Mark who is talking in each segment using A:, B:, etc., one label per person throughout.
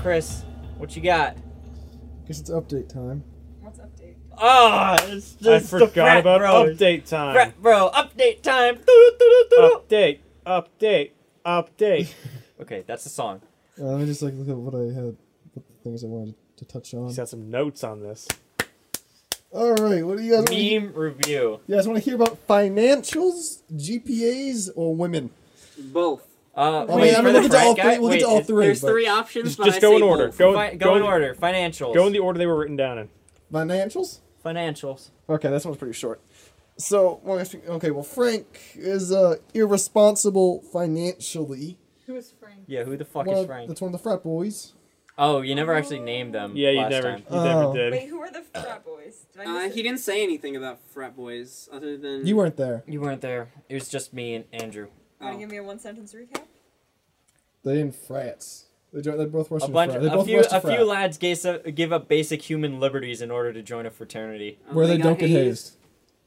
A: Chris, what you got?
B: Guess it's update time.
C: What's update?
A: Ah, it's just
D: I
A: the frat
D: forgot about
A: bros.
D: update time.
A: Frat bro, update time. Doo-doo-doo-doo-doo.
D: Update, update, update.
A: Okay, that's the song.
B: Uh, let me just like look at what I had, what the things I wanted to touch on.
D: He's got some notes on this.
B: All right, what do you guys? Want to,
A: Meme review.
B: you guys want to hear about financials, GPAs, or women?
E: Both.
A: Uh,
B: Well,
A: wait,
B: I mean,
A: for
B: we'll
A: the
B: get to all
A: frat guy-
B: three- we'll get to
A: wait,
B: all
A: is-
B: three,
E: There's
B: but-
E: three options,
D: Just-
E: but
D: just
E: I
D: go
E: say
D: in order.
E: both.
D: Go,
A: Fi- go,
D: go
A: in order. Financials.
D: Go in the order they were written down in.
B: Financials.
A: financials.
B: Okay, this one's pretty short. So, well, if you- okay, well, Frank is uh, irresponsible financially.
C: Who is Frank?
A: Yeah, who the fuck
B: Well,
A: is Frank?
B: That's one of the frat boys.
A: Oh, you never actually named them.
D: Yeah, you
A: last
D: never,
A: time.
D: you never
B: Oh.
D: did.
C: Wait, who are the frat boys? Did I
E: Uh,
C: miss
E: he
C: it?
E: didn't say anything about frat boys other than
B: You weren't there.
A: You weren't there. It was just me and Andrew.
C: Want
E: Oh.
C: to give me a one sentence recap?
B: They in frats. They joined. They both
A: A
B: Russian
A: bunch,
B: frat. They
A: a
B: both
A: few,
B: Russian
A: a
B: frat,
A: few lads gave, up- give up basic human liberties in order to join a fraternity.
E: Oh,
B: where they,
E: got
B: don't get hazed.
E: hazed.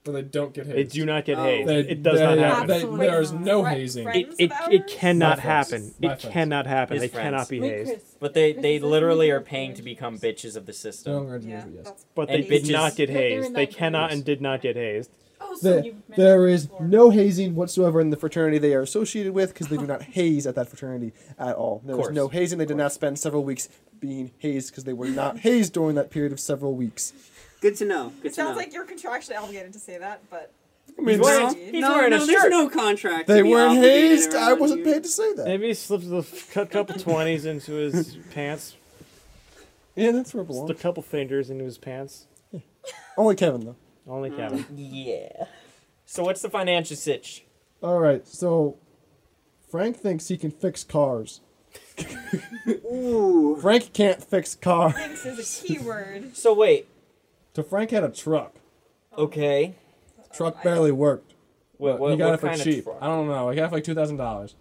B: Where they don't get hazed.
D: They do not get
E: Oh.
D: hazed.
B: They-
D: it does
B: they-
D: not
B: they-
D: happen.
B: they-
C: Absolutely
B: there is
C: not.
B: no
C: Frat-
B: hazing.
C: frat-
D: It,
C: friends
D: it,
C: of
D: it
C: ours?
D: cannot
B: My friends.
D: happen.
B: My
D: It
B: friends.
D: cannot happen.
A: His
D: They cannot
A: friends.
D: be
C: Wait,
D: hazed.
C: Chris.
A: But they,
C: Chris,
A: they
C: is that
A: literally
C: you?
A: are paying to become bitches of the
B: They're
A: system.
B: younger than
C: Yeah,
B: you, yes.
C: that's
D: But they
A: And
D: did
A: bitches.
D: not get
F: But they're in
D: hazed.
F: that
D: They cannot
F: group.
D: and did not get hazed.
F: Oh, so
B: There,
F: you mentioned
B: there is
F: before.
B: no hazing whatsoever in the fraternity they are associated with because they do not haze at that fraternity at all. There was
A: Course.
B: no hazing. They did not spend several weeks being hazed because they were not hazed during that period of several weeks.
E: Good to know. Good
C: It
E: to
C: sounds
E: know.
C: like you're contractually obligated to say that, but
B: I mean,
A: He's
E: no,
A: wearing-
C: He's
E: no,
A: wearing a
E: no,
A: shirt.
E: there's no contract. to
B: they
E: be
B: weren't
E: obligated
B: hazed. I
E: around
B: wasn't
E: you.
B: paid to say that.
D: Maybe he slipped a f- cou- couple twenties into his pants.
B: yeah, that's where it
D: Just a
B: belongs.
D: couple fingers into his pants.
B: Only Kevin though.
D: Only Kevin.
A: Yeah. So what's the financial sitch?
B: All right, so Frank thinks he can fix cars.
E: Ooh.
B: Frank can't fix cars.
C: thinks is a key word.
A: So wait.
B: So Frank had a truck.
A: Okay.
B: Truck barely worked.
A: What, what,
B: he got
A: what
B: it for
A: kind
B: cheap.
A: of truck?
B: I don't know. He got it for like two thousand dollars.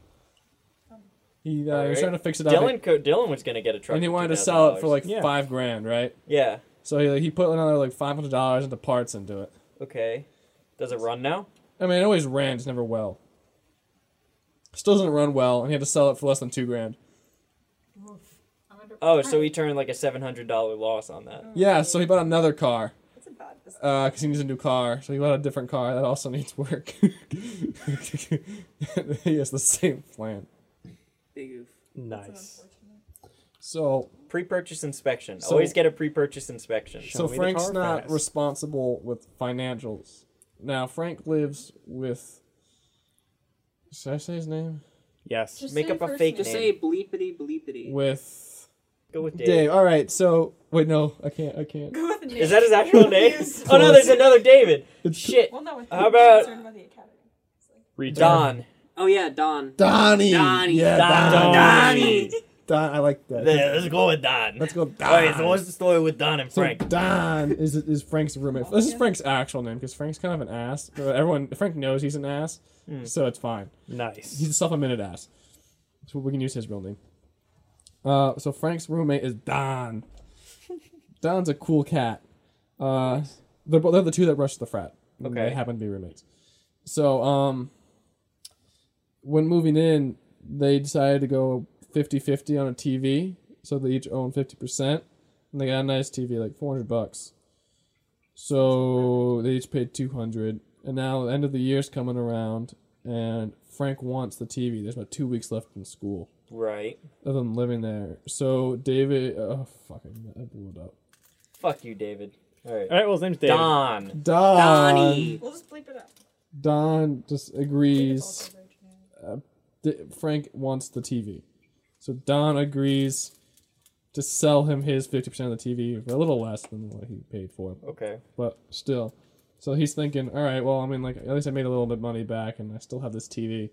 B: He uh, he was
A: Alright.
B: trying to fix it up.
A: Dylan, co- Dylan was gonna get a truck.
B: and he
A: for
B: wanted to sell it for like
D: Yeah.
B: five grand, right?
A: Yeah.
B: So he, he put another like five hundred dollars into parts into it.
A: Okay. Does it run now?
B: I mean, it always ran, it's never well. Still doesn't run well, and he had to sell it for less than two grand.
F: Oof. I wonder-
A: Oh, so he turned like a seven hundred dollar loss on that.
B: Yeah, so he bought another car
C: That's a bad business.
B: because he needs a new car. So he bought a different car that also needs work. he has the same plan.
E: Big oof.
D: Nice.
B: So
A: Pre-purchase inspection.
B: So-
A: Always get a pre-purchase inspection.
D: Show
B: so
D: me the
B: Frank's
D: car
B: not
D: fast.
B: responsible with financials. Now Frank lives with. Should I say his name?
D: Yes.
F: Just
A: make
F: say
A: up a
F: first
A: fake
E: Just
A: name.
F: name.
E: say bleepity bleepity.
B: With
A: Go with Dave.
B: Dave. All right. So wait, no, I can't. I can't.
C: Go with Nick.
A: Is that his actual name?
C: Yes.
A: oh no, there's another David.
B: It's-
A: Shit.
C: Well, no. with
A: How about-
C: concerned about the academy.
A: Don.
E: Oh yeah, Don.
B: Donnie.
E: Donnie.
B: Yeah,
A: Don-
B: Don.
E: Donnie.
B: Don. I like that.
A: There, let's go with Don.
B: Let's go. Don.
A: Alright, so what's the story with Don and
B: So
A: Frank?
B: Don is is Frank's roommate. This is Frank's actual name because Frank's kind of an ass. But everyone, Frank knows he's an ass, so it's fine. He's
D: Nice.
B: a self-admitted ass, so we can use his real name. Uh, so Frank's roommate is Don. Don's a cool cat. Uh, they're, bo- they're the two that rushed the frat. and
A: Okay.
B: They happen to be roommates. So, um, when moving in, they decided to go 50 50 on a TV. So they each own 50%. And they got a nice TV, like 400 bucks. So they each paid 200. And now the end of the year's coming around. And Frank wants the TV. There's about two weeks left in school
A: Right.
B: of them living there. So David. Oh, fucking. I blew it up.
A: Fuck you, David. Alright.
D: All right. Well, his name's David.
A: Don.
B: Don.
E: Donnie.
C: We'll just bleep it out.
B: Don just agrees.
C: It's all coverage now.
B: D- Frank wants the TV. So Don agrees to sell him his 50% of the TV for a little less than what he paid for,
A: Okay.
B: but still. So he's thinking, all right, well, I mean, like, at least I made a little bit of money back and I still have this TV.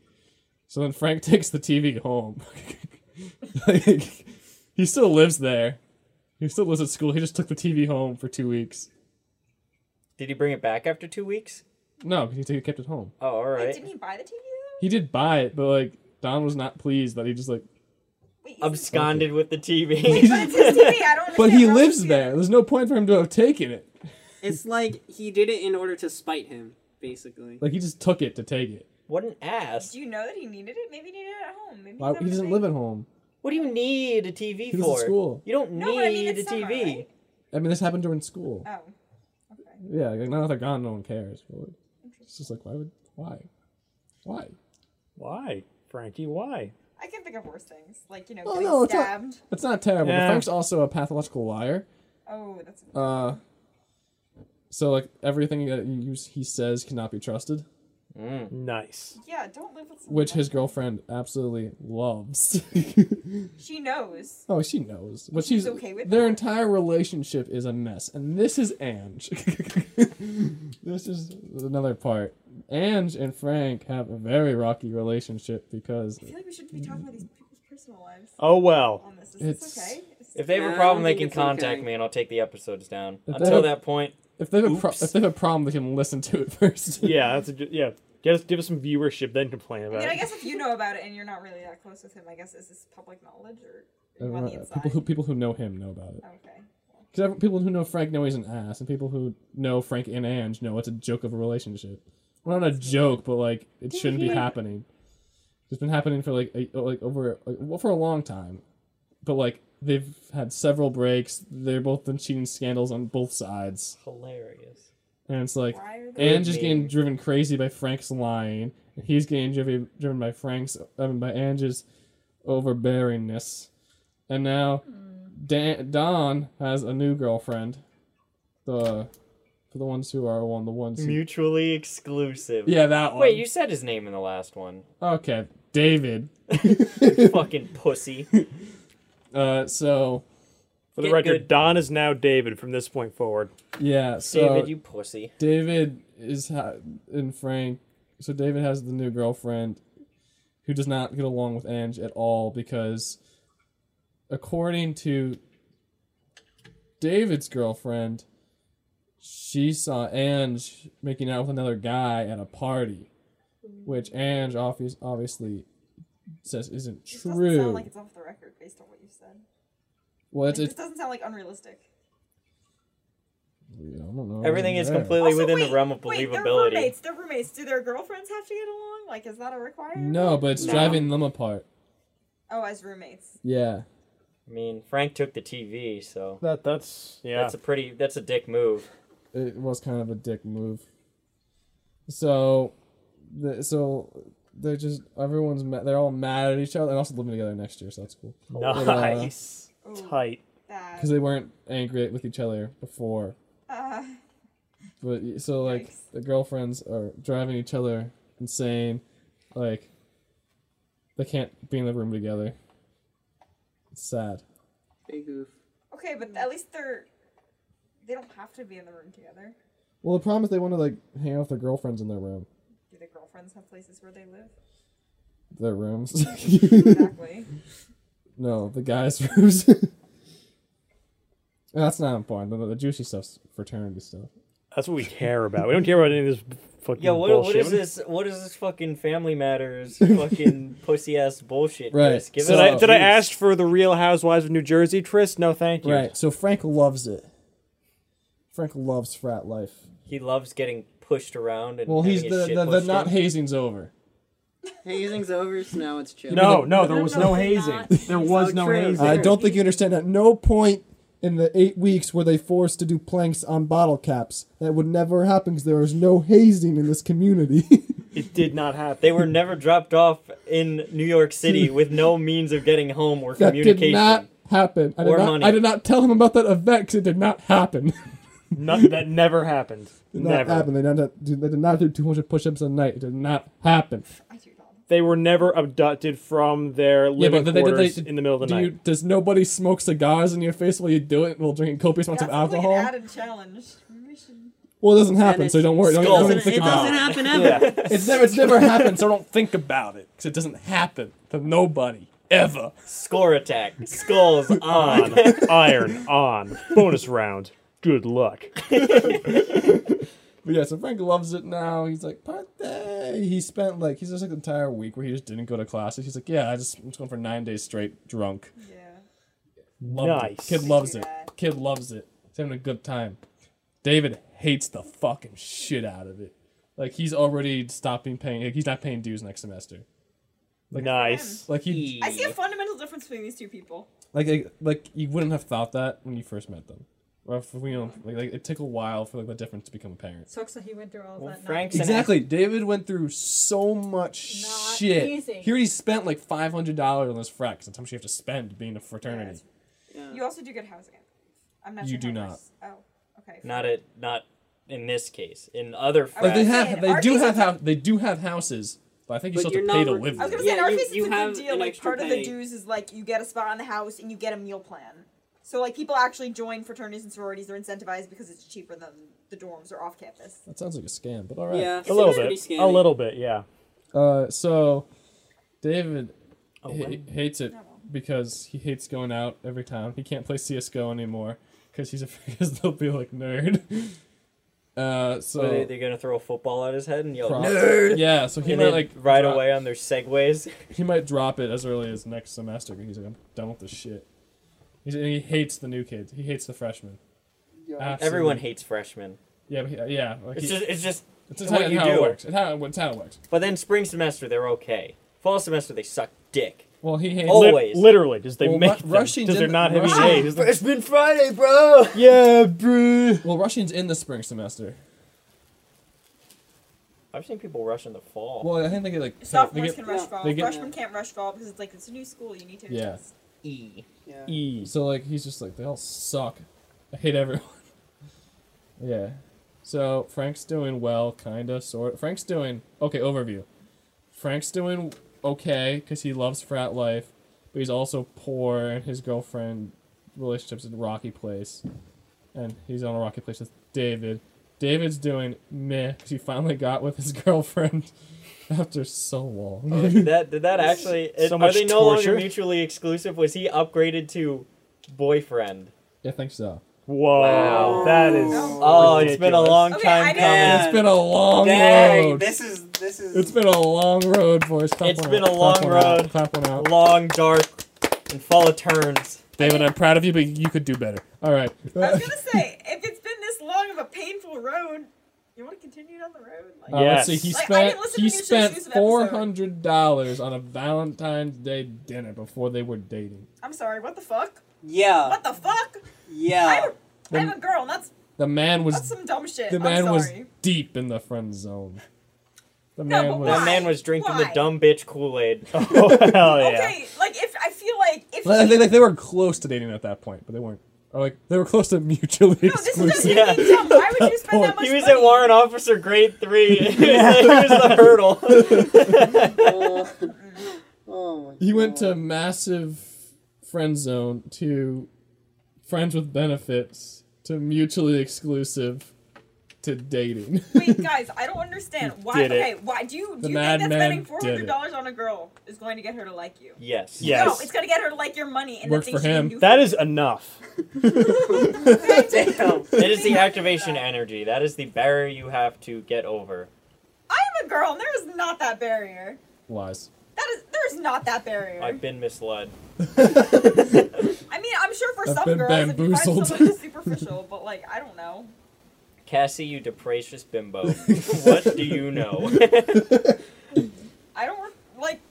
B: So then Frank takes the TV home. like, he still lives there. He still lives at school. He just took the TV home for two weeks.
A: Did he bring it back after two weeks?
B: No, because he kept it home.
A: Oh,
C: Wait,
A: alright.
C: didn't he buy the TV though?
B: He did buy it, but like Don was not pleased that he just like.
C: Wait, is
A: Absconded with the
C: it-
A: TV.
C: but it's his TV. I don't
B: But he
C: understand why
B: lives
C: he's-
B: there. There's no point for him to have taken it.
E: It's like he did it in order to spite him, basically.
B: Like he just took it to take it.
A: what an ass.
C: Do you know that he needed it? Maybe he needed it at home. Maybe
B: Why, he doesn't live at home.
A: What do you need a TV
B: He was at
A: for?
B: school.
A: You don't
C: No,
A: need
C: but I mean, it's
A: a
C: summer,
A: TV.
C: right?
B: I mean, this happened during school.
C: Oh, okay.
B: Yeah, like, now that they're gone, no one cares. Really. It's just like, why would, why, why?
D: Why, Frankie? Why?
C: I can think of worse things, like you know,
B: Oh,
C: getting
B: no, it's not-
C: stabbed.
B: It's not terrible.
D: Yeah.
B: But Frank's also a pathological liar.
C: Oh, that's
B: Uh, so like everything that you, he says cannot be trusted,
D: Nice.
C: yeah. Don't live with someone
B: which
C: like
B: his girlfriend absolutely loves.
C: she knows.
B: oh, she knows. But she's,
C: She's okay with
B: their
C: that?
B: entire relationship is a mess, and this is Ange. this is another part. Ange and Frank have a very rocky relationship because
C: I feel like we should be talking about these people's personal lives
D: Oh well.
C: on this. Is this
B: It's-
C: okay? Is
A: If they have
E: No,
A: a
E: I
A: problem,
E: don't
A: they
E: think
A: can
E: it's
A: contact
E: okay.
A: me, and I'll take the episodes down.
B: If they
A: Until
B: have-
A: that point,
B: if they have a pro-
A: Oops.
B: if they have a problem, they can listen to it first.
D: Yeah, that's a good. Yeah, give us give us some viewership, then complain
C: I
D: about
C: mean, I
D: it.
C: guess if you know about it and you're not really that close with him, I guess is this public knowledge or
B: Everyone-
C: on the inside?
B: Uh, people who people who know him know about it.
C: Okay.
B: Because people who know Frank know he's an ass, and people who know Frank and Ange know it's a joke of a relationship. Well, not a joke, but like it shouldn't be happening. It's been happening for like a, oh, like over like, well for a long time, but like they've had several breaks. They're both been cheating scandals on both sides,
A: hilarious.
B: and it's like
C: Why are they?
B: Ange is getting driven crazy by Frank's lying, and he's getting driven driven by Frank's I mean, by Ange's overbearingness, and now
A: Hmm.
B: Dan, Don has a new girlfriend. The for the ones who are one, the ones who,
A: Mutually exclusive.
B: yeah that one.
A: Wait, you said his name in the last one.
B: okay, David.
A: Fucking pussy.
B: uh, so
D: For the
A: Get
D: record,
A: good.
D: Don is now David from this point forward.
B: yeah, so
A: David, you pussy.
B: David is ha- and Frank. So David has the new girlfriend, who does not get along with Ange at all because, according to David's girlfriend, she saw Ange making out with another guy at a party, which Ange obvious, obviously says isn't
C: This doesn't
B: true.
C: sound like it's off the record based on what you said.
B: well, it's,
C: Like,
B: it's
C: this doesn't sound like unrealistic.
B: you know, I don't know.
A: Everything is
B: There.
A: completely
C: Also,
A: within
C: wait,
A: the realm of
C: wait, they're
A: believability.
C: roommates. They're roommates. Do their girlfriends have to get along? Like, is that a requirement?
B: No, but it's
E: No.
B: driving them apart.
C: Oh, as roommates.
B: Yeah.
A: I mean, Frank took the TV, so
D: That that's yeah.
A: that's a pretty. That's a dick move.
B: it was kind of a dick move. So, the, so they're just everyone's ma- they're all mad at each other and also living together next year, so that's cool uh,
D: nice.
C: Ooh,
D: Tight.
C: that.
B: because they weren't angry with each other before.
C: Uh,
B: But y- so like
C: Yikes.
B: the girlfriends are driving each other insane, like they can't be in the room together. It's sad.
E: Big goof.
C: okay, but at least they're. They don't have to be in the room together.
B: Well, the problem is they want to like hang out with their girlfriends in their room,
C: Do the girlfriends have places where they live?
B: their rooms.
C: Exactly.
B: No, the guys' rooms. That's not important. The, the juicy stuff's fraternity stuff.
D: That's what we care about. We don't care about any of this fucking
A: Yo, what,
D: bullshit.
A: what is this? What is this fucking Family Matters fucking pussy ass bullshit?
B: Right,
A: Chris? Give
B: so-
A: it
D: Did, I,
A: up,
D: did I
A: please.
D: ask for the Real Housewives of New Jersey, Tris? No, thank you.
B: Right. So Frank loves it. Frank loves frat life.
A: He loves getting pushed around and
B: Well, he's
A: having his
B: the
A: shit
B: the, the
A: pushed
B: not
A: in.
B: hazing's over.
E: Hazing's over, so now it's chill.
D: No, no, there was
F: No,
D: no
F: no,
D: hazing.
F: not-
D: There was
E: so
D: no
E: true.
D: hazing.
B: I don't think you understand. At no point in the eight weeks were they forced to do planks on bottle caps. That would never happen because there is no hazing in this community.
D: It did not happen.
A: They were never dropped off in New York City with no means of getting home or
B: that
A: communication.
B: did not happen. I did
A: Or
B: not,
A: money.
B: I did not tell him about that event because it did not happen.
D: No, that never happened.
B: did not
D: Never.
B: happen. They did not, do- they did not do 200 push-ups a night. It did not happen.
C: I do not.
D: They were never abducted from their living
B: but they- they-
D: quarters
B: they-
D: in the middle of the
B: Do you,
D: night.
B: does nobody smoke cigars in your face while you do it while drinking copious amounts
C: That
B: of
C: sounds like
B: alcohol?
C: an added challenge. We should.
B: well, it doesn't happen,
E: it's
B: so don't worry. Don't,
A: skull.
B: don't even
E: Doesn't-
B: think
E: it
B: about
E: doesn't
B: it.
E: happen
D: Yeah.
E: ever.
B: It's never, it's never happened, so don't think about it. Because it doesn't happen to nobody, ever.
A: Score attack. Skulls on.
D: on. Iron on. Bonus round. Good luck.
B: But yeah, so Frank loves it now. He's like, party. He spent like, he's just like an entire week where he just didn't go to classes. He's like, yeah, I just, I'm just going for nine days straight drunk.
C: Yeah.
B: Loved it.
D: Nice.
B: Kid loves
C: do
B: it.
C: that.
B: Kid loves it. He's having a good time. David hates the fucking shit out of it. Like he's already stopping paying. Like, he's not paying dues next semester. Like-
D: nice.
B: Like you,
C: I see a fundamental difference between these two people.
B: like like- like you wouldn't have thought that when you first met them. Or if, you know, like, like it took a while for like the difference to become apparent.
F: Sucks that he went through all of
A: Well,
F: that.
A: Frank's-
F: nonsense.
B: Exactly. David went through so much
F: Not
B: shit.
F: easy.
B: He already spent like five hundred dollars on this frack. 'cause That's how much you have to spend being a fraternity.
E: Yeah.
C: You also do get housing. I'm not.
B: You
C: sure
B: do
C: how
B: not.
C: yours- Oh, okay.
A: Not a not in this case. In other
C: Like,
B: like they
A: frats-
C: Right.
B: have, they
C: Our
B: do
C: case
B: have,
C: is-
B: hou- they do have houses, but I think you still
E: But
B: have
E: you're
B: to pay
E: not
B: to
E: re-
B: live
C: I was
B: there.
C: gonna
E: Yeah,
C: say in our
E: you-
C: case it's
E: you
C: a
E: have
C: good deal.
E: an
C: Like
E: extra
C: part of
E: penny.
C: the dues is like you get a spot on the house and you get a meal plan. So like people actually join fraternities and sororities. They're incentivized because it's cheaper than the dorms or off campus.
B: That sounds like a scam, but all right.
E: Yeah.
D: A little
E: Pretty
D: bit.
E: scammy.
D: A little bit, yeah.
B: Uh, so David
A: Oh,
B: ha-
A: when?
B: hates it
C: Never.
B: because he hates going out every time. He can't play CS:GO anymore because he's a because they'll be like nerd. Uh, so
A: Were they, they're gonna throw a football at his head and yell
B: Pro-
A: nerd.
B: yeah, so he
A: and
B: might
A: then
B: like
A: right
B: drop-
A: away on their segways.
B: He might drop it as early as next semester because he's like, I'm done with this shit. He's, and he hates the new kids. He hates the freshmen. Absolutely.
A: Everyone hates freshmen.
B: Yeah, but he, yeah. Like
A: It's
B: he-
A: just it's just.
B: it's just
A: what
B: how,
A: you
B: how it
A: do.
B: works. It's how, it's how it works.
A: But then spring semester they're okay. Fall semester they suck dick.
B: Well, he hates.
A: Oh,
D: Lit-
A: Always.
D: literally, does they
B: Well,
D: make
B: Ru-
D: them?
B: Russian
D: Does there
B: didn't-
D: not have
B: Russian-
D: any A's?
A: Freshman Ah, Friday, bro.
D: Yeah, bro.
B: Well, Russian's in the spring semester.
A: I've seen people rush in the fall.
B: Well, I think they get like. they- they
C: Sophomores
B: get-
C: can rush
E: yeah,
C: fall.
B: they get-
C: Freshmen can't rush fall because it's like it's a new school. You need to.
B: Yeah.
C: adjust.
A: e.
E: Yeah.
D: E.
B: So like he's just like they all suck. I hate everyone. yeah. So Frank's doing well, kinda, sort. Frank's doing okay. Overview. Frank's doing okay because he loves frat life, but he's also poor and his girlfriend relationships in a rocky place, and he's on a rocky place with David. David's doing meh because he finally got with his girlfriend after so long.
A: Oh, did that did that actually?
D: So
A: it- are
D: much
A: they no
D: torture.
A: longer mutually exclusive? Was he upgraded to boyfriend?
B: I think so.
D: Whoa,
A: Wow.
D: that is.
C: Oh.
A: Oh, it's been a
D: ridiculous.
A: long
C: Okay, I
A: time
C: didn't-
A: coming.
B: It's been a long
E: Dang,
B: road.
E: this is this is.
B: It's been a long road, boys. Clap
A: It's
B: one
A: been
B: out.
A: a long
B: Clap one out.
A: road.
B: Clap one out.
A: Long, dark, and full of turns.
B: David, I'm proud of you, but you could do better. All right.
C: I was gonna say if it's been this long of a painful road, you want to continue down the road? Like,
B: Uh, let's
D: Yes.
B: see. He
C: Like, I
B: spent
C: didn't listen to
B: he
C: the Mutual
B: spent
C: Exclusive
B: four
C: episode.
B: hundred dollars on a Valentine's Day dinner before they were dating.
C: I'm sorry. What the fuck?
E: yeah,
C: What the fuck?
E: yeah.
C: I'm, a, I'm a girl. And that's
B: uh, The man
C: that's
B: was
C: some dumb shit.
B: the man
C: I'm
B: was
C: sorry.
B: deep in the friend zone. The
C: No,
B: man
C: but
B: was.
A: That
C: Why?
A: man was drinking the
C: Why?
A: dumb bitch Kool Aid.
D: Oh, hell yeah.
C: Okay, like if I feel like if
B: Like, I
C: he-
B: think like, they were close to dating at that point, but they weren't. Or like they were close to mutually
C: no, this is just
B: exclusive.
A: Yeah.
C: making dumb. Why would you spend
B: He
C: that much
A: he was
C: money?
A: at Warrant Officer Grade Three. He was the hurdle.
E: oh, oh my
B: He went
E: God.
B: to massive friend zone to friends with benefits to mutually exclusive to dating.
C: Wait, guys, I don't understand. Why?
D: did it.
C: Okay, why do you
B: The
C: do you
B: Mad
C: think that
B: Men
C: spending
B: did
C: four hundred dollars on a girl is going to get her to like you?
A: yes.
D: Yeah. Yes.
C: No, it's gonna get her to like your money and
B: Works
C: the things
B: for
C: you
B: him.
C: do.
D: That is enough.
E: Damn.
A: It is the activation energy. That is the barrier you have to get over.
C: I'm a girl, and there is not that barrier.
B: Lies.
C: That is there is not that barrier.
A: I've been misled.
C: I mean, I'm sure for
B: I've
C: some
B: been
C: girls, if you
B: bamboozled.
C: find someone who's superficial, but like I don't know.
A: Cassie, you depracious bimbo. what do you know?
C: I don't like.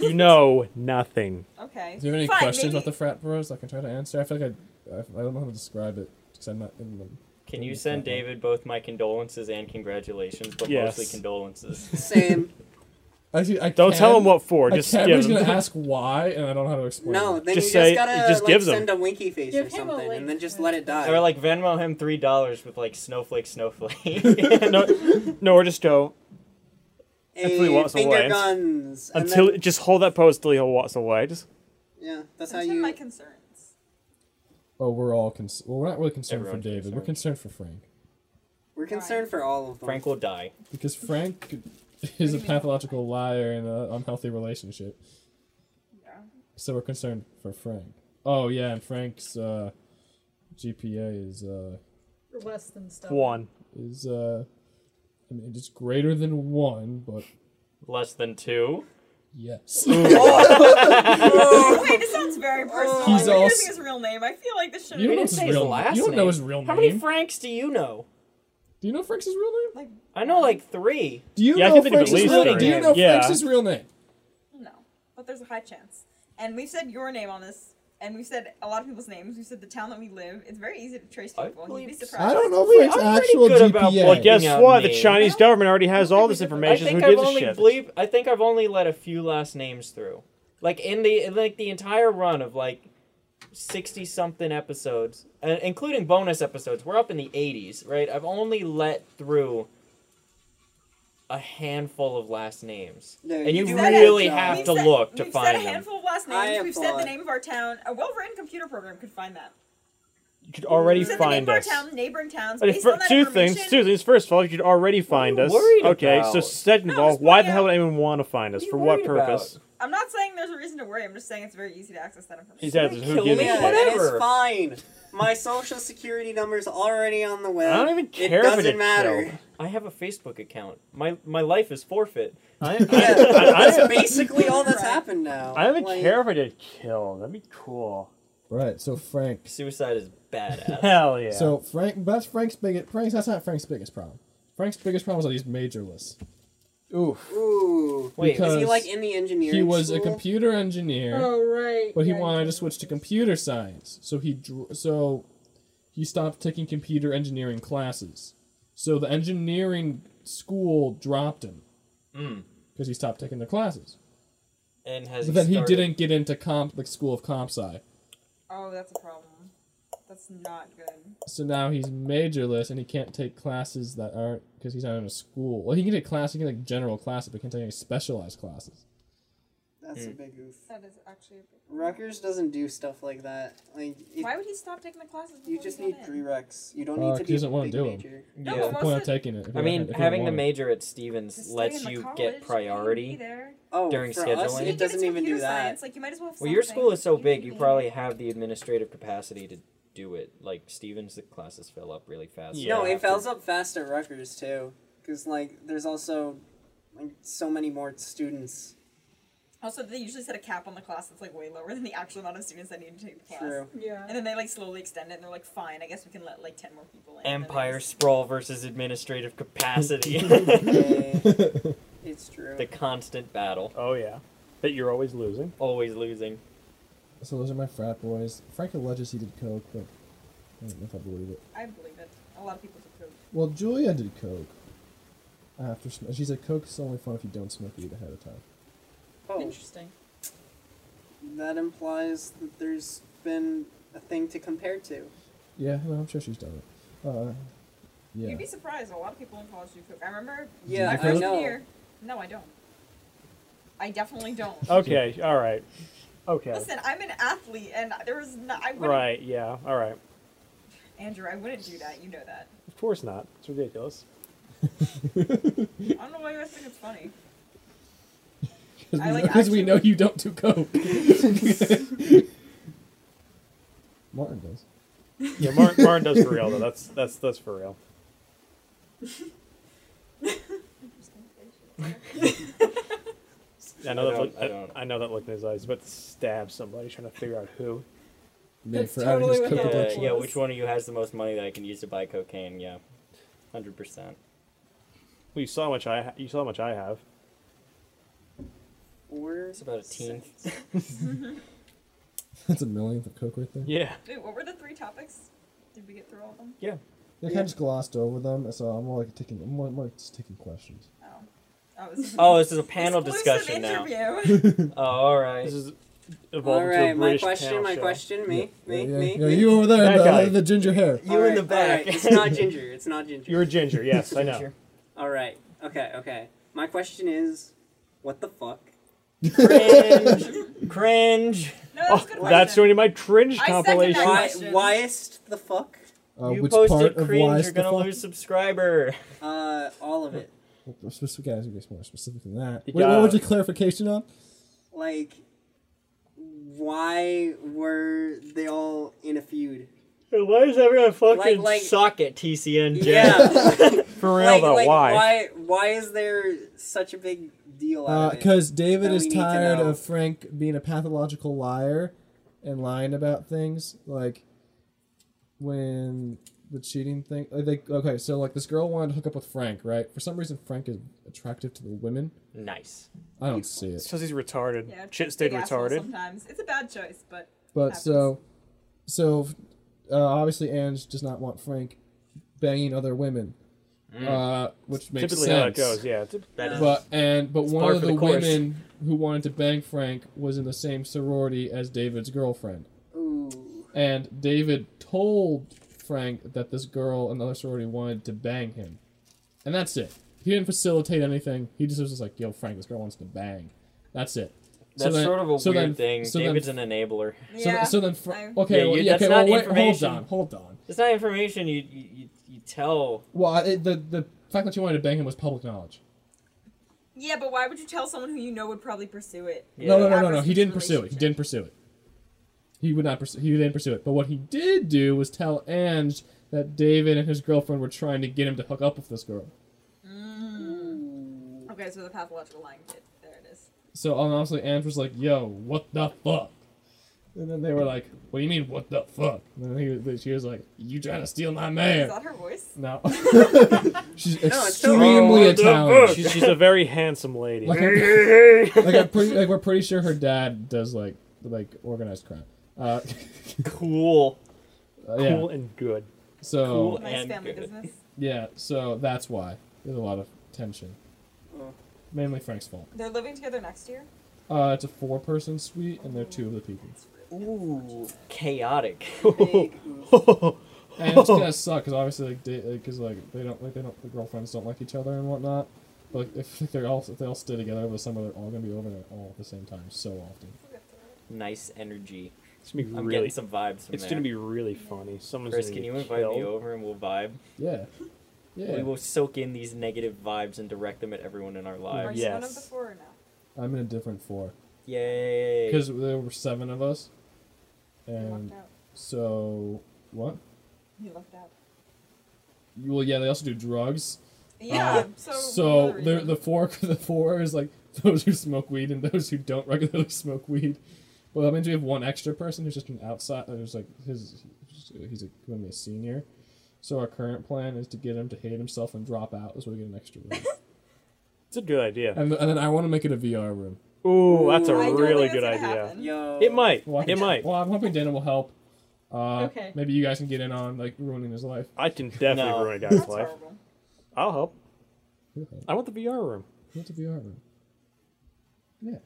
D: You know nothing.
C: Okay.
B: Do you have any
C: Fine,
B: questions
C: maybe-
B: about the frat bros? I can try to answer. I feel like I, I, I don't know how to describe it because I'm not in them.
A: Can you send David both my condolences and congratulations, but
D: Yes.
A: mostly condolences?
E: Same.
B: Actually, I
D: Don't tell
B: can-
D: him what for.
B: I
D: Just
B: can,
D: yeah,
B: but he's gonna ask why, and I don't know how to explain.
E: No,
B: it.
E: then
D: Just
E: you
D: say-
E: just gotta
D: it just
E: like,
D: gives them.
E: send a winky face
F: Give
E: or
F: him a
E: something,
F: wink.
E: and then just let it die.
A: Or like Venmo him three dollars with like snowflake, snowflake.
D: no, no, or just go
E: hey,
D: Until he walks
E: finger
D: away.
E: guns. and
D: until
E: then-
D: just hold that post till he walks away. Just
E: yeah, that's how
C: Those are
E: you.
C: my concerns.
B: Oh, we're all cons. Well, we're not really concerned
A: Everyone's
B: for David. We're concerned for Frank
E: We're concerned for all of them.
A: Frank will die.
B: because Frank is a pathological liar in an unhealthy relationship.
C: Yeah.
B: So we're concerned for Frank. Oh yeah, and Frank's uh, GPA is uh,
F: Less than stuff.
D: one.
B: is uh, I mean it's greater than one, but
A: Less than two.
B: yes.
C: Wait, this sounds very personal.
B: He's
C: He's I'm
B: also-
C: using his real name. I feel like this should
B: You
C: be
B: don't know his
A: say his
B: real.
A: last
B: you don't know
A: name.
B: his real
A: How
B: name.
A: many Franks do you know?
B: do you know Frank's real name?
C: like
A: I know like three.
B: Do you
D: Yeah, I
B: know
D: can think of at
B: Frank's
D: least
B: real?
A: three.
B: Do you know
D: Yeah.
B: Frank's real name?
C: no. but there's a high chance. And we've said your name on this, and we've said a lot of people's names. We've said the town that we live. It's very easy to trace
A: I
C: people. You'd be
A: believe so.
C: surprised.
G: I don't know if it's
A: I'm pretty
G: actual
A: good about
G: GPA.
A: what-
D: Well, guess
A: Yeah,
D: what? The
A: name.
D: Chinese government already has all this
A: I
D: information. so Who
A: think I've
D: gives a
A: only
D: shit?
A: believe, I think I've only let a few last names through. Like in the in, like the entire run of like sixty something episodes, uh, including bonus episodes, we're up in the eighties, right? I've only let through a handful of last names,
E: No,
A: and you
E: you
C: We've
E: did
C: said
A: really
C: it.
A: have
C: We've
A: to
C: said-
A: look to
C: we've
A: find
C: said a
A: them.
C: handful of last
E: I
C: names. We've said the
E: applaud.
C: name of our town. A well-written computer program could find that.
D: You could already
C: We've said the name
D: find
C: of our
D: us.
C: town, neighboring towns.
D: And
C: Based
D: fir-
C: on that
D: two things.
C: information-
D: Two things. First of all, you could already find
A: you
D: us.
A: worried
D: okay. So
A: about?
D: second of
C: No,
D: all,
C: just
D: why the
C: point
D: hell
C: out-
D: would anyone want to find us?
A: What are
D: For
A: you
D: what
A: worried about?
D: purpose?
C: I'm not saying there's a reason to worry. I'm just saying it's very easy to access that information.
D: Exactly. Who
A: kill
D: gives a
A: me?
D: shit?
A: Whatever.
E: It's fine. My social security number's already on the web.
D: I don't even care
E: It
D: if it
E: doesn't
D: gets
E: matter.
D: killed.
A: I have a Facebook account. My my life is forfeit. I,
E: Yeah,
A: I,
D: I-
E: that's
D: I-
E: basically all that's
C: Right.
E: happened now.
D: I don't even
E: Like,
D: care if I get killed. That'd be cool.
G: Right. So Frank.
A: suicide is badass.
D: Hell yeah.
B: So Frank, that's Frank's biggest. Frank's that's not Frank's biggest problem. Frank's biggest problem is that he's majorless.
D: Oof.
E: Ooh.
A: Wait,
E: Is he
B: Because
E: like in the engineering?
B: He was a
E: school?
B: computer engineer,
F: Oh right.
B: but he
F: yeah,
B: wanted to
F: did.
B: switch to computer science. So he dr- so he stopped taking computer engineering classes. So the engineering school dropped him
A: Mm.
B: because he stopped taking the classes.
A: and has
B: But then he
A: started-
B: didn't get into comp the school of comp sci.
C: Oh, that's a problem. That's not good.
B: So now he's majorless and he can't take classes that aren't because he's not in a school. Well, he can take classes, he can take general classes, but he can't take any specialized classes.
E: That's a big oof.
C: That is actually. A big...
E: Rutgers doesn't do stuff like that. Like it,
C: Why would he stop taking the classes?
E: you
C: before
E: just
C: he
E: need
C: got in?
E: prereqs. You don't
B: Uh,
E: need to
B: 'cause
E: be
B: he doesn't wanna
E: big
B: do 'em.
E: major.
C: No,
A: Yeah.
B: What's the point of
C: Most of-
B: taking it? if
A: I
B: you don't- if
A: mean,
B: you don't
A: having the
B: want it?
A: major at
C: Just
A: Stevens
C: stay
A: lets
C: in the
A: you
C: college,
A: get
C: be
A: priority.
C: there.
E: Oh,
A: During
E: for us,
A: scheduling?
E: it doesn't even do
C: computer
E: that.
C: Science. Like you might as well. Have
A: Well, your
C: something.
A: school is so
C: You
A: big,
C: can
A: you
C: be-
A: probably have the administrative capacity to do it. Like Stevens, the classes fill up really fast. so
E: no,
A: I
E: it
A: have to-
E: fills up fast at Rutgers too, because like there's also like so many more students.
C: Also, they usually set a cap on the class that's like way lower than the actual amount of students that need to take the class.
E: True.
F: Yeah.
C: And then they like slowly extend it, and they're like, "Fine, I guess we can let like ten more people in." And then they
A: Empire
C: just-
A: sprawl versus administrative capacity.
E: Yay. Eh, it's true.
A: the constant battle,
D: Oh yeah. That you're always losing.
A: always losing.
B: So those are my frat boys. Frank alleges he did coke, but I don't know if I believe it.
C: I believe it. A lot of people do coke.
B: Well, Julia did coke. After sm- she said coke's only fun if you don't smoke weed ahead of time.
E: oh,
F: Interesting.
E: that implies that there's been a thing to compare to.
B: Yeah, no, I'm sure she's done it. Uh, yeah.
C: You'd be surprised. A lot of people in college do coke. I remember.
E: Yeah,
C: my
E: I
C: freshman
E: know.
C: Year, no, I don't. I definitely don't.
D: Okay. All right. Okay.
C: Listen, I'm an athlete, and there was no. I wouldn't.
D: Right. Yeah. All right.
C: Andrew, I wouldn't do that. You know that.
D: Of course not. It's ridiculous.
C: I don't know why you guys think it's funny.
B: Because
C: I,
B: we,
C: like,
B: know- 'cause we
C: actually-
B: know you don't do coke. Martin does.
D: Yeah. Mar- Martin does for real though. That's that's that's for real. I know
A: I
D: that.
A: don't-
D: Look,
A: I don't.
D: I know that look in his eyes. He's about to stab somebody, trying to figure out who.
B: Made
F: That's
B: for out of his
F: totally what
B: coke
F: that
A: Uh,
B: addiction.
A: yeah, which one of you has the most money that I can use to buy cocaine? Yeah, hundred percent.
D: Well, you saw how much I. Ha- you saw how much I have.
E: Or
A: It's about a tenth.
B: That's a millionth of coke right there.
D: Yeah.
C: Wait, what were the three topics? Did we get through all of them?
B: They kind of just glossed over them, so I'm more like taking, I'm more, more like just taking questions.
C: Oh, oh, this is
A: Oh, this is a panel
C: exclusive
A: discussion now.
C: interview.
A: Oh, all right.
D: This is
E: All
D: evolving to a
E: right, my
D: British
E: question,
D: panel
E: my
D: show.
E: question, me, me,
B: yeah,
E: me.
B: yeah,
E: me.
B: you over
D: That
B: there, the,
D: guy.
B: the ginger hair.
A: You in
E: Alright,
A: the back.
E: alright, It's not ginger. It's not ginger.
D: You're a ginger. Yes, I know.
A: Ginger.
E: All right. Okay. Okay. My question is, what the fuck?
A: Cringe. Cringe.
C: No, that's
D: Oh,
C: a good
D: that's
C: question.
D: joining my cringe
C: I second that.
D: compilation.
E: Why?
C: question.
E: Whyest the fuck?
B: Uh,
A: you
B: which
A: posted
B: part of why
A: cringe,
B: is
A: you're
B: the
A: gonna
B: fuck?
A: lose subscriber.
E: Uh, all of it.
B: Well, we're supposed to- guys, we get more specific than that.
D: You
B: Wait, what was
D: gotta-
B: your clarification on?
E: Like, why were they all in a feud?
A: Why is everyone fucking
E: Like- like-
A: suck at TCNJ?
E: Yeah.
D: For real
E: like,
D: though,
E: like,
D: why?
E: Why? Why is there such a big deal? out of it?
B: Because Uh, David
E: That
B: is
E: we need to
B: tired
E: know.
B: of Frank being a pathological liar and lying about things. Like, when the cheating thing like they okay so like this girl wanted to hook up with frank right for some reason frank is attractive to the women
A: Nice.
B: i don't see it
D: because he's retarded.
C: Yeah,
D: Chit stayed
C: big asshole
D: retarded.
C: Sometimes it's a bad choice, but
B: But
C: happens.
B: so, so uh, obviously, Ange does not want Frank banging other women,
E: Mm.
B: uh, which makes
D: Typically
B: sense.
D: how that goes. Yeah. Typ-
A: That is
B: But and but one
A: par
B: of
A: for
B: the
A: the course.
B: women who wanted to bang Frank was in the same sorority as David's girlfriend,
E: Ooh.
B: and David told Frank that this girl in the other sorority wanted to bang him, and that's it. He didn't facilitate anything. He just was just like, "Yo, Frank, this girl wants to bang." That's it. So
A: that's
B: then-
A: sort of a
B: so
A: weird
B: then-
A: thing.
B: so then
A: David's an enabler.
B: so,
C: yeah.
B: th- so then, Fra-
C: I-
B: okay,
A: Yeah,
B: well,
A: you-
B: yeah,
A: that's
B: okay, well,
A: not
B: wait, hold
A: information.
B: on, hold on.
A: It's not information you you, you, you tell.
B: Well, I, the the fact that you wanted to bang him was public knowledge.
C: yeah, but why would you tell someone who you know would probably pursue it?
B: No,
A: Yeah.
B: no, no, no, no.
C: Adverse
B: He didn't pursue it. He
C: relationship.
B: didn't pursue it. He would not pursue. He didn't pursue it. But what he did do was tell Ange that David and his girlfriend were trying to get him to hook up with this girl.
C: Okay, so the pathological lying did. There it is.
B: So and honestly, Ange was like, "Yo, what the fuck?" And then they were like, "What do you mean, what the fuck?" And then he, was- she was like, "You trying to steal my
C: Is
B: man?"
C: that her voice?
B: No. She's
E: it's still-
B: extremely
D: Oh, the
B: Italian.
D: book. She's, she's a very handsome lady.
B: Like, I'm- like, I'm pretty, like we're pretty sure her dad does like like organized crime. Uh,
A: Cool.
B: uh, yeah.
D: cool and good.
B: So
A: Cool.
C: Nice
A: And
C: family
A: good.
C: business.
B: yeah. So that's why there's a lot of tension.
E: Oh.
B: Mainly Frank's fault.
C: They're living together next year.
B: Uh, it's a four-person suite, and there are two of the people.
E: Ooh.
A: Chaotic.
E: Big ooh.
B: And it's gonna suck because obviously, like, because like they don't like they don't the girlfriends don't like each other and whatnot. But like, if they're all if they all stay together over the summer, they're all gonna be over there all at the same time so often.
A: nice energy.
D: It's gonna be
A: I'm
D: really.
A: getting some vibes from
D: It's
A: there.
D: gonna be really funny. Someone's
A: Chris,
D: gonna
A: can
D: get
A: you invite
D: killed.
A: me over and we'll vibe?
B: Yeah. Yeah.
A: We will soak in these negative vibes and direct them at everyone in our
C: Are
A: lives.
C: you one of
D: yes.
C: the four or no?
B: I'm in a different four
A: Yay.
B: because there were seven of us,
C: You
B: and
C: lucked out.
B: so what?
C: You lucked out.
B: Well, yeah, they also do drugs.
C: Yeah. so
B: Um, So
C: another
B: the
C: reason.
B: the four the four is like those who smoke weed and those who don't regularly smoke weed. Well, that means we have one extra person who's just an outside. uh, Who's like his he's a, going to be a senior. So our current plan is to get him to hate himself and drop out, so we get an extra room.
D: It's a good idea.
B: and, th- and then I want to make it a VR room.
D: Ooh, that's a
E: I don't
D: really
C: think
D: good
C: that's gonna
D: idea.
C: happen.
E: Yo.
D: It might.
B: Well, I
D: It
B: can-
D: might.
B: Well, I'm hoping Dana will help. Uh,
F: Okay.
B: Maybe you guys can get in on like ruining his life.
D: I can definitely
A: No.
D: ruin a
C: That's
D: guy's life.
C: horrible.
D: I'll help.
B: Who helped?
D: I want the VR room.
B: What's a VR room? Yeah.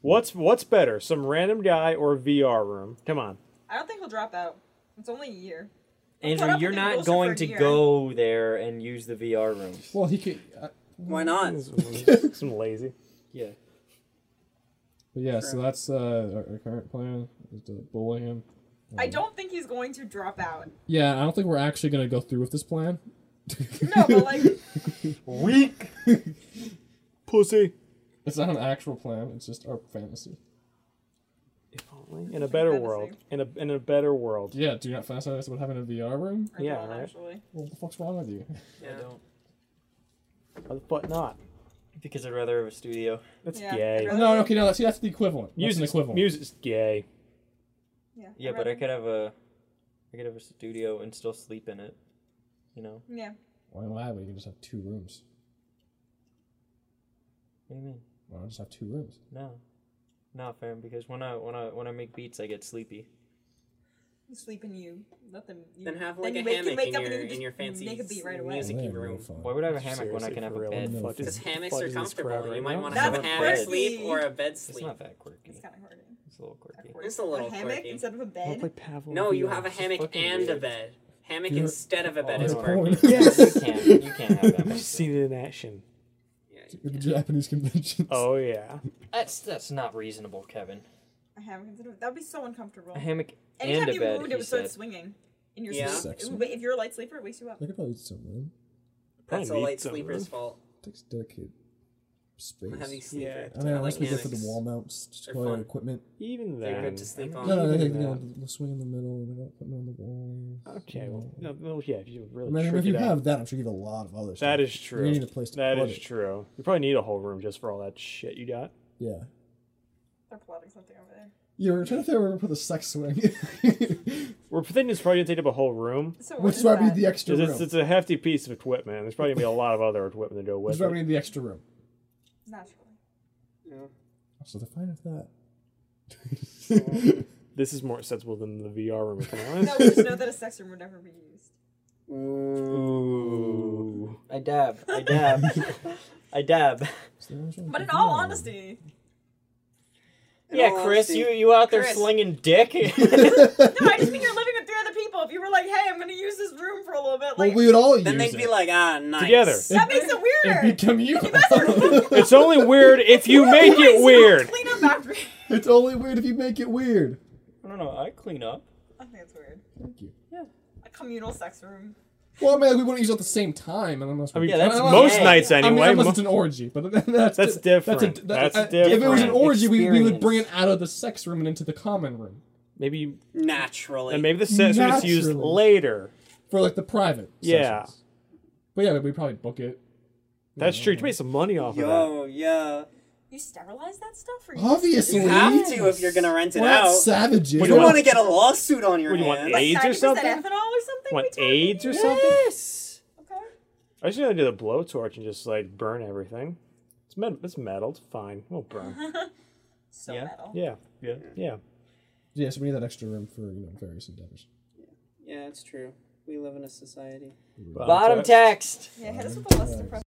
D: What's what's better, some random guy or a VR room? Come on.
C: I don't think he'll drop out. It's only a year. Put
A: Andrew,
C: up
A: you're
C: with
A: not
C: Wilson for
A: going
C: a
A: to
C: year.
A: go there and use the VR room.
B: Well, he could. Uh,
E: Why not?
D: some lazy.
A: Yeah.
B: But yeah, so
E: True.
B: that's uh, our, our current plan is to bully him.
C: I don't think he's going to drop out.
B: Yeah, I don't think we're actually gonna go through with this plan.
C: No, but like
A: Weak.
D: Pussy.
B: it's not an actual plan. It's just our fantasy.
D: If only. In a better
C: Fantasy.
D: world. In a in a better world.
B: Yeah, do you not fantasize about having a VR room?
C: I
D: Yeah,
C: don't
D: right.
C: actually.
B: Well, what the fuck's wrong with you?
A: I don't.
D: Why the fuck not?
A: Because I'd rather have a studio.
D: That's
C: Yeah, I'd
D: gay.
B: No,
C: rather-
B: no, okay, no. That's, see, that's the equivalent. That's an
D: Music's,
B: equivalent.
D: music's gay.
C: Yeah,
A: Yeah,
C: I'd
A: but I
C: rather-
A: could have a, I could have a studio and still sleep in it. You know.
C: Yeah.
B: Why lie when you can just have two rooms?
A: What do you mean?
B: Why not just have two rooms?
A: No. Not fair because when I when I when I make beats, I get sleepy.
C: You sleep in you. Nothing. You,
E: Then have like
C: you
E: a
C: wake- you
E: hammock
C: wake
E: in
C: up
E: your
C: and you
E: in
C: just
E: your fancy
C: make a beat right away.
E: music
B: That'd be
E: room.
B: really fun.
A: Why would I have a hammock when I can have a bed?
B: No,
E: Because hammocks
D: fuck
E: are
D: is this crowd
E: comfortable.
D: right
E: You might
D: now?
E: want to
A: That's
E: have a hammock
A: quirky.
E: sleep or a bed
A: It's
E: sleep.
A: not that quirky.
C: It's kind of quirky.
A: It's a little quirky.
E: It's a little
C: a hammock
E: quirky.
C: instead of a
D: I wanna play
C: bed.
D: Pavlov
E: No, you
D: VR.
E: have a hammock
A: fucking
E: and a
A: weird.
E: bed. Hammock
B: You're-
E: instead of a bed
A: Oh,
E: is
A: you're
E: quirky.
B: porn.
A: you can't. You can't have that.
D: I've
A: much.
D: seen it in action.
E: Yeah,
B: At the Japanese conventions.
D: Oh yeah.
A: That's that's not reasonable, Kevin.
C: A hammock instead of that would be so uncomfortable.
A: A hammock
C: Anytime
A: and a
C: you
A: bed.
C: moved,
A: he
C: it would
A: said.
C: start swinging in your
E: Yeah.
C: sleep.
B: Sexy.
C: It would- if you're a light sleeper, it wakes you up.
B: I could probably just a room.
E: That's a
D: Probably
E: light
D: needs some
E: sleeper's
D: room.
E: fault.
B: takes dedicated space.
E: I'm a heavy
D: Yeah.
E: sleeper.
B: I mean,
E: I
B: unless
E: like
B: we go for the
E: hammocks.
B: wall mounts, just
E: They're
B: all your
E: fun.
B: equipment.
D: Even
E: They're
D: then.
E: good to sleep
B: No,
E: on.
B: no,
D: Even
B: no, you know,
D: that.
B: the swing in the middle, and I got equipment on the wall.
D: Okay, well, no, well, yeah, if you really
B: I mean,
D: trick
B: if you
D: it out.
B: have that, I'm sure you have a lot of other stuff.
D: That is true.
B: need a place to
D: That
B: put
D: is
B: it.
D: true. You probably need a whole room just for all that shit you got.
B: Yeah.
C: They're plotting something over there.
G: Yeah, we're trying to figure out where to put the sex swing.
D: We're thinking it's probably gonna take up a whole room.
C: So what
G: Which
C: is
G: is why we
C: that?
G: need the extra
D: 'Cause
G: room.
D: It's, it's a hefty piece of equipment. There's probably gonna be a lot of other equipment to go
G: Which
D: with
G: is why we
D: it.
G: need the extra room.
C: Naturally.
G: So they're fine with that.
D: This is more sensible than the VR room. If I'm
C: No,
D: honest.
C: we just know that a sex room would never be used.
D: Mm.
E: Ooh.
A: I dab. I dab. I dab.
C: But in all
B: Hmm.
C: honesty,
A: yeah,
E: all
A: Chris,
E: honesty-
A: you you out there
C: Chris.
A: slinging dick?
C: no, I just mean you're living with three other people. If you were like, "Hey, I'm gonna use this room for a little bit,"
G: Well,
C: like
G: we would all
E: Then
G: use
E: they'd
G: it.
E: be like, ah, nice.
D: Together.
C: that makes it weirder.
B: Become you.
D: it's only weird if you make it weird.
C: Clean up after.
G: it's only weird if you make it weird.
A: I don't know. I clean up.
C: I think it's weird.
G: Thank you.
C: A communal sex room.
B: Well, I mean, like, we wouldn't use it at the same time. Unless
D: I mean,
A: Yeah, that's
D: that's most
A: gay.
D: nights
B: I mean,
D: anyway.
B: unless
D: mo-
B: it's an orgy, but th- that's
D: That's different.
B: that-
D: That's
B: I- If it was an
D: different.
B: orgy, we, we would
A: Experience.
B: bring it out of the sex room and into the common room
D: maybe you-
E: Naturally.
D: and maybe the sets are just used
G: Naturally.
D: later.
B: for like the private.
D: Yeah.
B: sessions. but yeah, we probably book it.
D: That's true. You can make some money off of
E: Yo, yeah.
C: You sterilize that stuff, or you
G: Obviously.
E: You have to if you're gonna rent it
G: We're not
E: out.
G: savages.
D: What do
E: You
D: you
E: don't
D: want-
E: want to get a lawsuit on your
D: What do you want,
E: hands.
D: eight? AIDS or
C: Is that
D: something?
C: ethanol or something?
D: that. Want
C: we talking?
D: AIDS or something?
E: Yes.
C: Okay.
D: I just gonna do the blowtorch and just like burn everything. It's metal. It's metal. It's fine. We'll burn.
C: So
A: Yeah.
C: metal.
D: Yeah.
A: Yeah.
D: Yeah.
G: Yeah, so we need that extra room for you know various endeavors.
E: Yeah, it's true. We live in a society.
D: Bottom
A: Bottom
D: text.
A: text.
C: Yeah, hit us with a list of